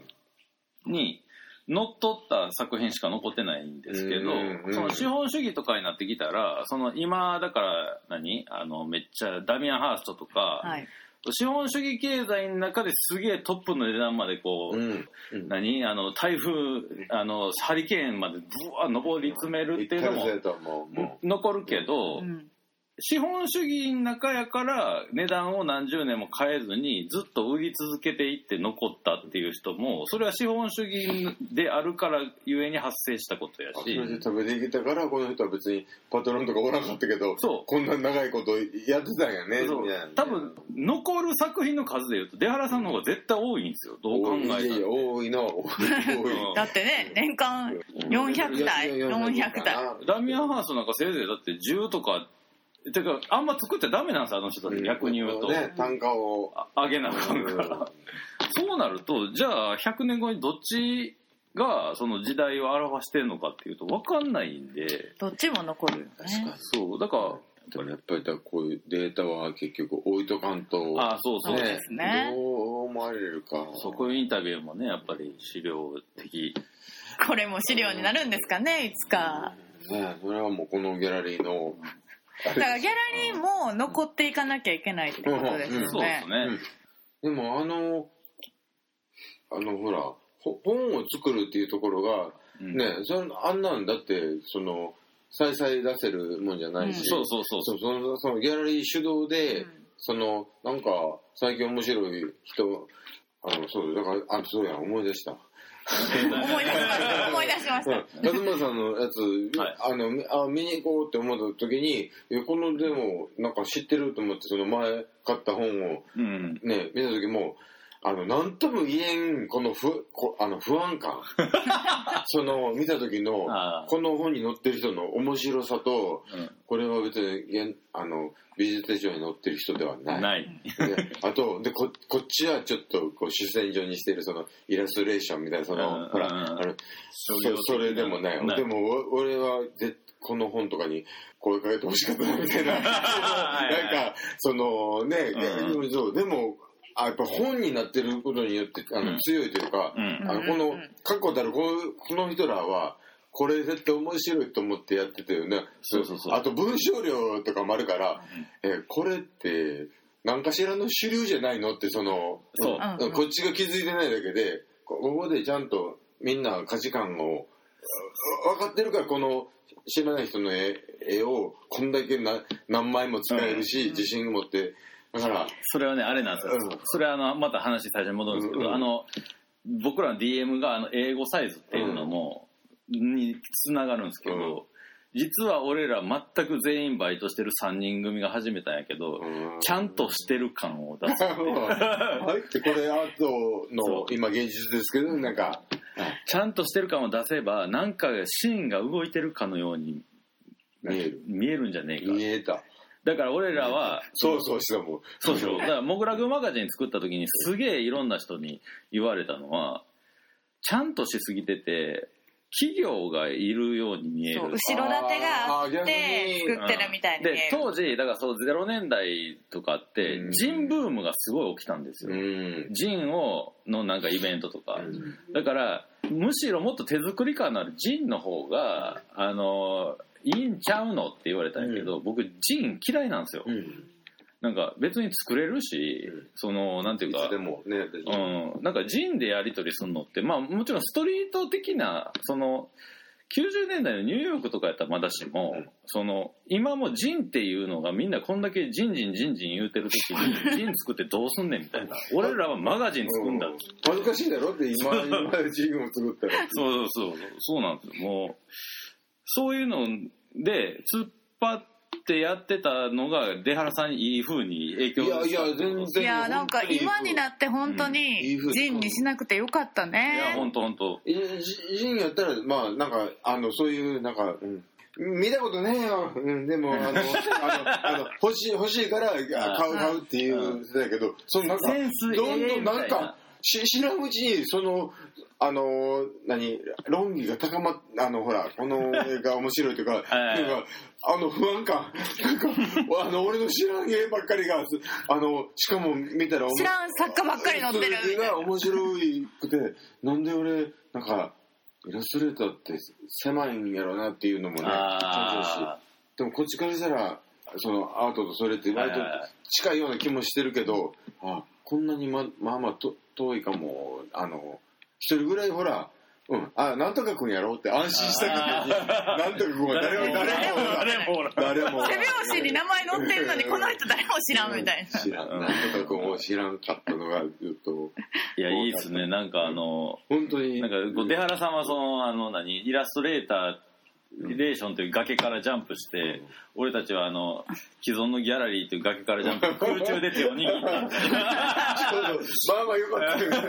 にのっとった作品しか残ってないんですけど、うんうんその資本主義とかになってきたらその今だから何あのめっちゃダミアン・ハーストとか、はい。資本主義経済の中ですげえトップの値段までこう、うん何あの台風あのハリケーンまでぶわ上り詰めるっていうのも一回のせいとはもうも残るけど、うん。資本主義の中やから値段を何十年も変えずにずっと売り続けていって残ったっていう人もそれは資本主義であるからゆえに発生したことやうそれでし食べてきたからこの人は別にパトロンとかおらんかったけどそうこんな長いことやってたんやねそうみたいな多分残る作品の数でいうと出原さんの方が絶対多いんですよどう考えたらいやいや多いな多いうんだってね、年間400体、400体。ダミアン・ハーストなんかせいぜいだって10とかてかあんま作っちゃダメなんですよあの人たち逆に言うと、ね単価をあ上げなあかんから、そうなるとじゃあ100年後にどっちがその時代を表してるのかっていうと分かんないんでどっちも残るよ確かねに。そうだからでもやっぱりだからこういうデータは結局置いとかんとああそうそう、ねですねどう思われるかそうこういうインタビューもねやっぱり資料的これも資料になるんですかね、いつか。ねそれはもうこのギャラリーのだからギャラリーも残っていかなきゃいけないってことですよそうでねす。ね、でもあのあのほらほ本を作るっていうところがうんねそんあんなんだってその再々出せるもんじゃないし、うんそうそうそうそうそのそのギャラリー主導で、うんそのなんか最近面白い人あのそうだからあそうや思い出した思い出しました。思い出しましうた。ん勝村さんのやつ、はいあのみあ見に行こうって思った時にいやこのでもなんか知ってると思ってその前買った本をうんね見た時もあの何とも言えんこの不こあの不安 感その見た時のああこの本に載ってる人の面白さとうんこれは別に現あの美術手帳に載ってる人ではない。ないであとでここっちはちょっとこう主戦場にしてるそのイラストレーションみたいなその、うんほらうんあの商業そ的なそれでもないでもお俺はぜこの本とかに声かけてほしかったなみた いななんかそのね、うそうでもあやっぱ本になってることによってあの、うん強いというか、うんあのこうんうのんうん確固たるこうこの人らはこれ絶対面白いと思ってやってたよねそうそうそうあと文章量とかもあるから、えこれって何かしらの主流じゃないのってそのそううんうんこっちが気づいてないだけでこここでちゃんとみんな価値観をう分かってるからこの知らない人の絵絵をこんだけな何枚も使えるし、うん自信を持ってだからそれはねあれなんですよ、うんそれはあのまた話最初に戻るんですけど、うんうんあの僕らの DM があの英語サイズっていうのも、につながるんですけど、うん実は俺ら全く全員バイトしてる3人組が始めたんやけど、うんちゃんとしてる感を出 すはいってこれアートそうの今現実ですけどなんかちゃんとしてる感を出せばなんかシーンが動いてるかのように見える見えるんじゃねえか見えただから俺らはそうそうしたもんそうそう。だから、モグラグマガジン作った時に、すげえいろんな人に言われたのは、ちゃんとしすぎてて、企業がいるように見えるそう。後ろ盾があって作ってるみたいに見えるで、当時、だからそう、0年代とかってう、んジンブームがすごい起きたんですうよ。んジンを、のなんかイベントとか。うんだから、むしろもっと手作り感のあるジンの方が、あの、いいんちゃうのって言われたんやけど、僕、ジン嫌いなんですよ。うんなんか別に作れるし、うんそのなんていいうかつでもね別にうん、なんかジンでやり取りするのってまあもちろんストリート的なその90年代のニューヨークとかやったらまだしも、うんその今もジンっていうのがみんなこんだけジンジンジンジン言うてる時 にジン作ってどうすんねんみたいな俺らはマガジン作んだ、う恥ずかしいだろって今今チームを 作ったらそうそうそうそうなんですよもうそういうので突っ張ってやってたのが出原さんにいい風に影響いやいや全然いやなんか今になって本当うんいいに風にジンにしなくてよかったいやね。本当本当いいいいんやったらまあなんかあのそういうなんか、うん見たことねえよ、うん、でもあのあのあの欲しい欲しいからあ買う買うっていうだけどそのなんかセンスええどんどんなみたんいなかし知らんうちにそのあの何論議が高まっあのほらこの映画面白いと はかいなんかあの不安感なんかあの俺の知らん芸ばっかりがあのしかも見たらおも知らん作 家ばっかり載ってるそれが面白くてなんで俺なんかイラストレーターって狭いんやろなっていうのもね感じるしあでもこっちからしたらそのアートとそれって割とはいはいはい近いような気もしてるけどあこんなにままあまあと遠いかもあの一人ぐらいほらうん、あなんとか君やろうって安心したけど なんとか君は誰も誰も誰もおらん誰も手拍子に名前載ってるのにこの人誰も知らんみたいな知らんなんとか君を知らんかったのがずっといやいいですねなんかあの本当になんか こう出原さんはそのあの何イラストレーターリレーションという崖からジャンプして、俺たちはあの既存のギャラリーという崖からジャンプ空中で手を握ってそうそうまあまあよ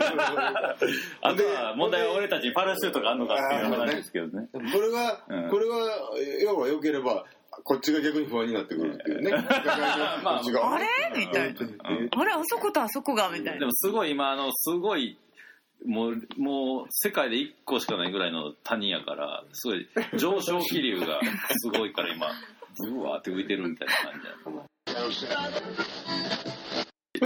かったあとは問題は俺たちにパラシュートがあるのかっていう話ですけどねこれが、うんこれは要は良ければこっちが逆に不安になってくるっていうねまあこっちがあれみたいなあれあそことあそこがみたいでなもすごい今あのすごいもうもう世界で1個しかないぐらいの谷やからすごい上昇気流がすごいから今ブワーって浮いてるみたいな感じや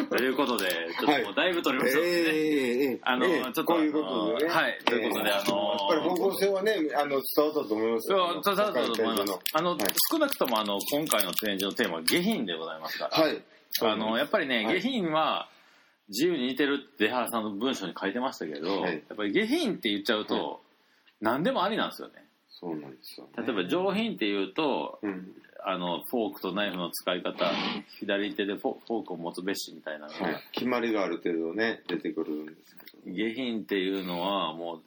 ということでちょっともうだいぶ取れましたのでね、ええあのええちょっとこういうことでねあのはいということであのやっぱり方向性はねあの伝わったと思いますそうよそうだと思いますあの、はい少なくともあの今回の展示のテーマは下品でございますから、はいあのやっぱりね、は下い品は自由に似てるって出原さんの文章に書いてましたけど、はいやっぱり下品って言っちゃうと、は何でもありなんですよねそうなんですよね例えば上品って言うとうんあのフォークとナイフの使い方左手でフォフォークを持つべしみたいなのが、はい決まりがある程度ね出てくるんですけど下品っていうのはもう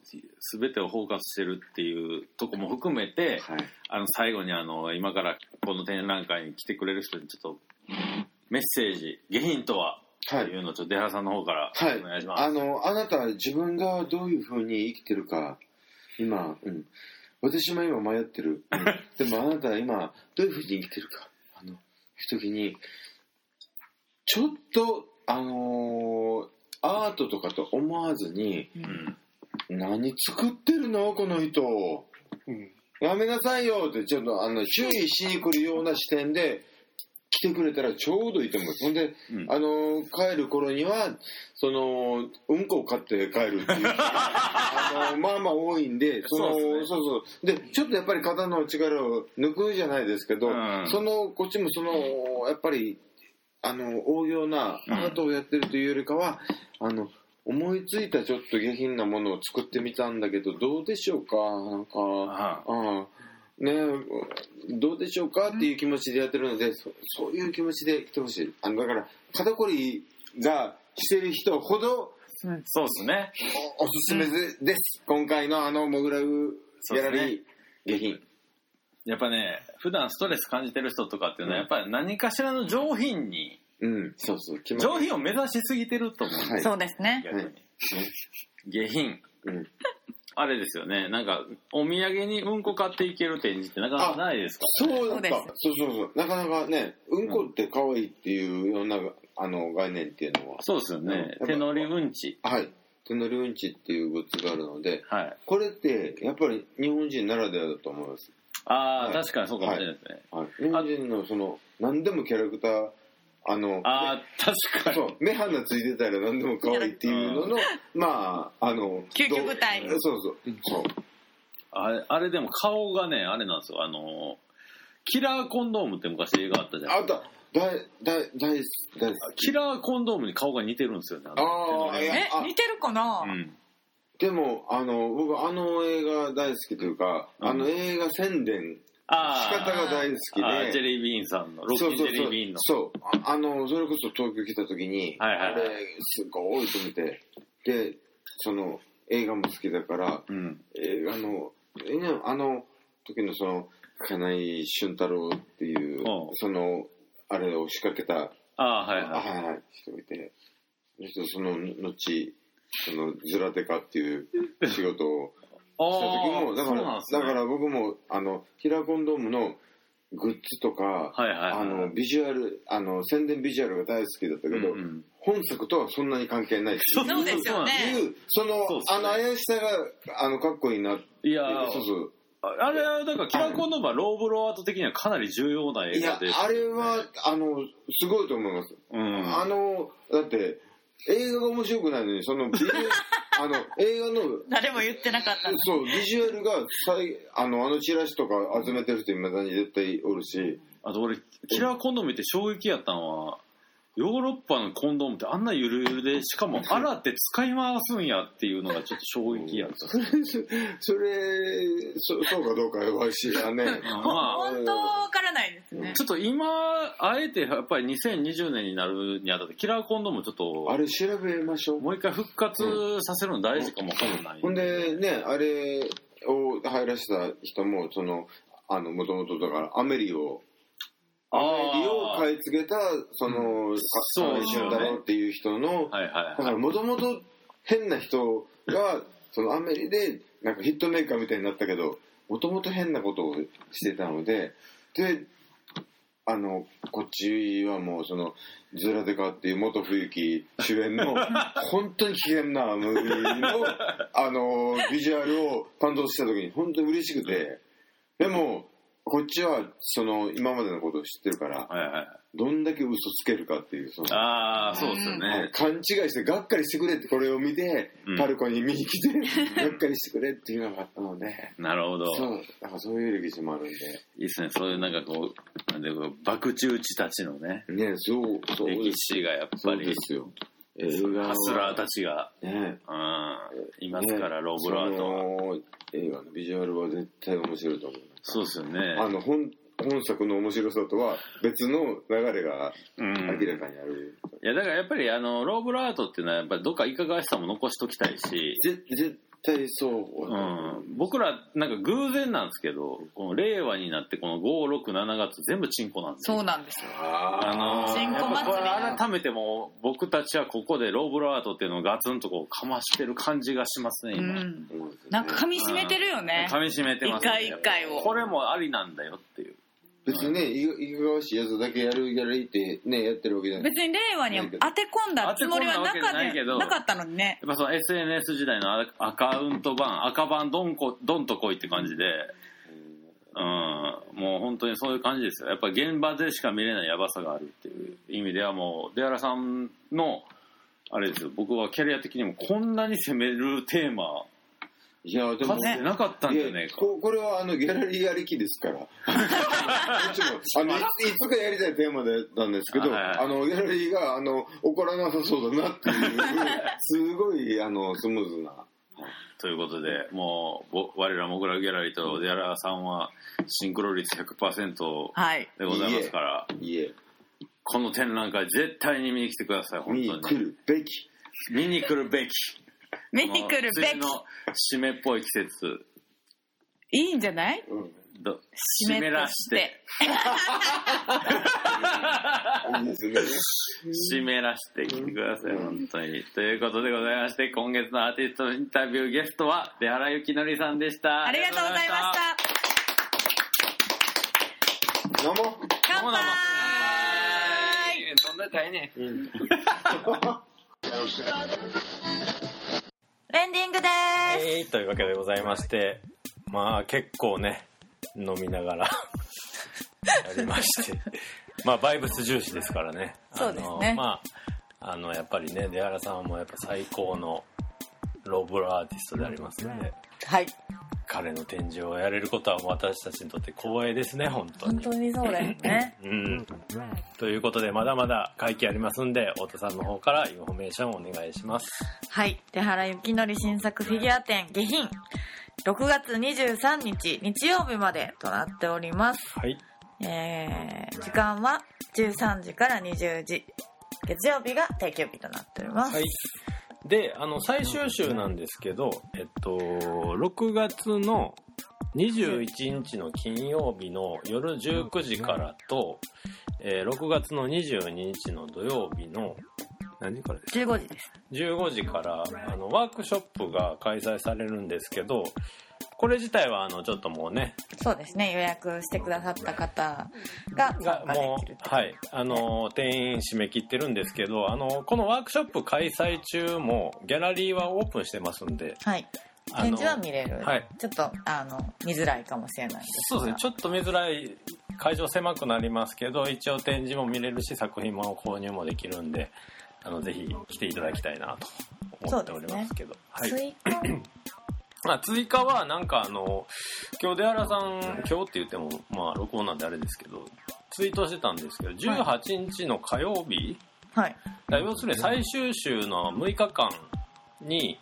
全てを包括してるっていうとこも含めて、はいあの最後にあの今からこの展覧会に来てくれる人にちょっとメッセージ下品とははいっていうのをちょっと出原さんの方からはいお願いします、あの、あなた、自分がどういうふうに生きてるか、今、うん。私も今迷っ てる。うん、でもあなたは今、どういうふうに生きてるか。あの、いう時に、ちょっと、あのーアートとかと思わずに、うん何作ってるのこの人。やめなさいよって、ちょっと、あの、注意しに来るような視点で、来てくれたらちょうどいいと思う。ほんで、うんあの帰る頃にはそのうんこを買って帰るっ ていうあのまあまあ多いんでそのそうそっすう,、ねそうでちょっとやっぱり肩の力を抜くじゃないですけど、うんそのこっちもそのやっぱりあの応用なうんアートをやってるというよりかは、あの思いついたちょっと下品なものを作ってみたんだけどどうでしょうかなんか。あああねえどうでしょうかっていう気持ちでやってるので、そそういう気持ちで来てほしいあのだから肩こりがしてる人ほどそうですねおおすすめでです、今回のあのモグラグギャラリー、下品やっぱね普段ストレス感じてる人とかっていうのはやっぱり何かしらの上品にうんそうそう気持ち上品を目指しすぎてると思う、はいそうですね逆に、下品うんあれですよねなんかお土産にうんこ買っていける展示ってなかなかないですかそうだそうったでそうそうそうなかなかねうんこって可愛いっていうようなあの概念っていうのはそうですよね、うん手乗りうんちはい手乗りうんちっていうグッズがあるのではいこれってやっぱり日本人ならではだと思いますああ、はい確かにそうかもしれないですね、はい、日本人のその何でもキャラクターあのああ確かにそう目鼻ついてたら何でも可愛いっていうののまああの究極体どうそうそうそうあれあれでも顔がねあれなんですよあのキラーコンドームって昔映画あったじゃないあとだいだいだいだいキラーコンドームに顔が似てるんですよねあのああいやえあ似てるかなうんでもあの僕あの映画大好きというか、あの映画宣伝仕あー方が大好きあージェでリービーンさんのロッキージェリービーンのそうそうそうああのそれこそ東京来た時に、はいはいはいあれすごいと思ってでその映画も好きだからうんえーあの、えーねあの時のその、金井俊太郎っていううん、その、あれを仕掛けた、ああーはいはあいはいはい、人がいて、 そしてその後、その、ズラデカっていう仕事をした時もだから、ねだから僕もあのキラーコンドームのグッズとか、はいはいはいあのビジュアルあの宣伝ビジュアルが大好きだったけど、うんうん本作とはそんなに関係ないしそうそうですよねいうそのそうっすねあの怪しさがあのかっこいいなっていやーそうそうあれはだからキラコンの場ローブロアート的にはかなり重要ない映や画であれはあのすごいと思います、うんあのだって映画が面白くないのにそのビジュ アルあの映画の誰も言ってなかったのそうビジュアルがさいあのあのチラシとか集めてる人いまだに絶対おるしあと俺キラーコンドームって衝撃やったのはヨーロッパのコンドームってあんなゆるゆるでしかも洗って使い回すんやっていうのがちょっと衝撃やった、それそれそそうかどうか はしいだねまあ本当わからないですねちょっと今あえてやっぱり2020年になるにあたってキラーコンドームちょっあとれ調べましょうもう一回復活させるの大事かもわかんない、ほんでねあれを入らせた人もそのあのもともとだからアメリをアメリを買い付けたそのそう一緒だろうっていう人のはいはいだかはいらもともと変な人がそのアメリでなんかヒットメーカーみたいになったけどもともと変なことをしてたのでであのこっちはもうその「ズラデカ」っていう元冬木主 演の本当に危険なムービーのあのビジュアルを担当した時に本当に嬉しくてでもこっちはその今までのことを知ってるからはいはいどんだけ嘘つけるかっていうその。ああそうですよはいね、勘違いしてがっかりしてくれってこれを見て、うんパルコに見に来てがっかりしてくれっていうのがあったので、なるほどそうなんかそういう歴史もあるんいいですねそういうなんかこうなんていうか爆中地たちのねでねそうそう歴です史がやっぱそうでりすよハ映画はスラーたちが、ねうん、いますから、ローブロアートはその映画のビジュアルは絶対面白いと思う、そうですよねあの本本作の面白さとは別の流れがうん明らかにある、いやだからやっぱりあのローブロアートっていうのはやっぱりどっかいかがわしさも残しときたいし、ぜ絶対そう、うん、僕らなんか偶然なんですけどこの令和になってこの567月全部チンコなんですよそうなんですよああのチンコやっ祭ぱりこれ改めてもう僕たちはここでローブロアートっていうのをガツンとこうかましてる感じがしますねう今、んーなんか噛み締めてるよね噛み締めてますね一回一回をこれもありなんだよっていう別にね、いいかがわしいやつだけやるやるってね、やってるわけじゃない。別に令和に当て込んだつもりはなか当て込んだわけじゃないけっどなかったのにねやっぱその SNS 時代のアアカウント版赤版どんこどんとこいって感じで、うん、もう本当にそういう感じですよやっぱ現場でしか見れないヤバさがあるっていう意味ではもう出原さんのあれですよ僕はキャリア的にもこんなに攻めるテーマいや、でかも、つてなかったんじゃいねえやかここれはあのギャラリーやりきで すから。こっちもあのいいつかやりたいテーマでなんですけど、はいはいあのギャラリーがあの怒らなさそうだなっ ていう、すごいあのスムーズな。ということでもうぼ我らモグラギャラリーと出原さんはシンクロ率100%はいでございますからいえ、この展覧会絶対に見に来てください本見当にに来るべき。見に来るべき見に来るべこの梅雨の締めっぽい季節きいいんじゃないうんど締め湿らとししてていいで すね。湿らしてきてください、うん本当にということでございまして今月のアーティストインタビューゲストは出原ゆきのりさんでしたありがとうございましたどうも。どうも乾どうも杯どんなたいねん。 エンディングですえーというわけでございまして、まあ結構ね、飲みなが ら、やりまして、まあバイブス重視ですからね。そうですねあのまあ、あの、やっぱりね、出原さんもやっぱ最高のローブロアーティストでありますので、はい彼の展示をやれることは私たちにとって光栄ですね、本当本に。当にそうだよねうん。ということで、まだまだ会期ありますんで、太田さんの方からインフォメーションお願いします。 はい出原幸則新作フィギュア展下品6月23日日曜日までとなっておりますはい。えー時間は13時から20時月曜日が定休日となっております、はい。で、あの、最終週なんですけど、えっと、6月の21日の金曜日の夜19時からと、えー6月の22日の土曜日の、何時から15時です15時からあのワークショップが開催されるんですけどこれ自体はあのちょっともうねそうですね予約してくださった方がが参加でもきるうはいあの定員締め切ってるんですけどあのこのワークショップ開催中もギャラリーはオープンしてますんではいあ展の示は見れる、はいちょっとあの見づらいかもしれないですそうですねちょっと見づらい会場狭くなりますけど一応展示も見れるし作品も購入もできるんであのぜひ来ていただきたいなと思っておりますけどはい追加まあ、追加はなんかあの今日出原さん今日って言ってもまあ録音なんであれですけどツイートしてたんですけど18日の火曜日、 はいだから要するに最終週の6日間に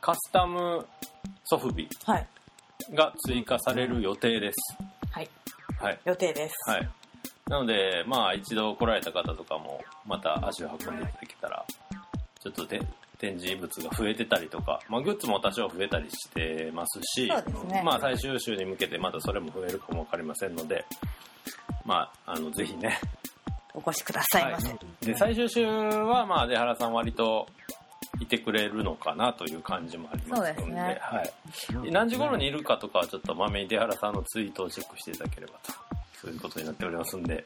カスタムソフビはいが追加される予定ですはいはい予定ですはいなのでまあ一度来られた方とかもまた足を運んでいただけたらちょっとで展示物が増えてたりとか、まあ、グッズも多少増えたりしてますしそうですねまあ最終週に向けてまたそれも増えるかも分かりませんので、まあ、あのぜひね、お越しくださいませ、はい、で最終週はまあ出原さん割といてくれるのかなという感じもありますのでそうですねはい、何時頃にいるかとかはちょっとまめに出原さんのツイートをチェックしていただければと。そういうことになっておりますんで、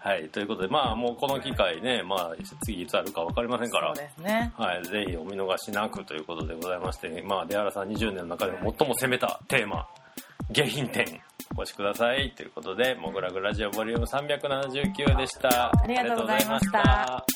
はい、ということで、まあ、もうこの機会ね、まあ、次いつあるか分かりませんからそう、ですねはい、ぜひお見逃しなくということでございまして、まあ、出原さん20年の中でも最も攻めたテーマ、下品点、お越しくださいということで、モグラグラジオボリューム379でした。ありがとうございましたありがとうございました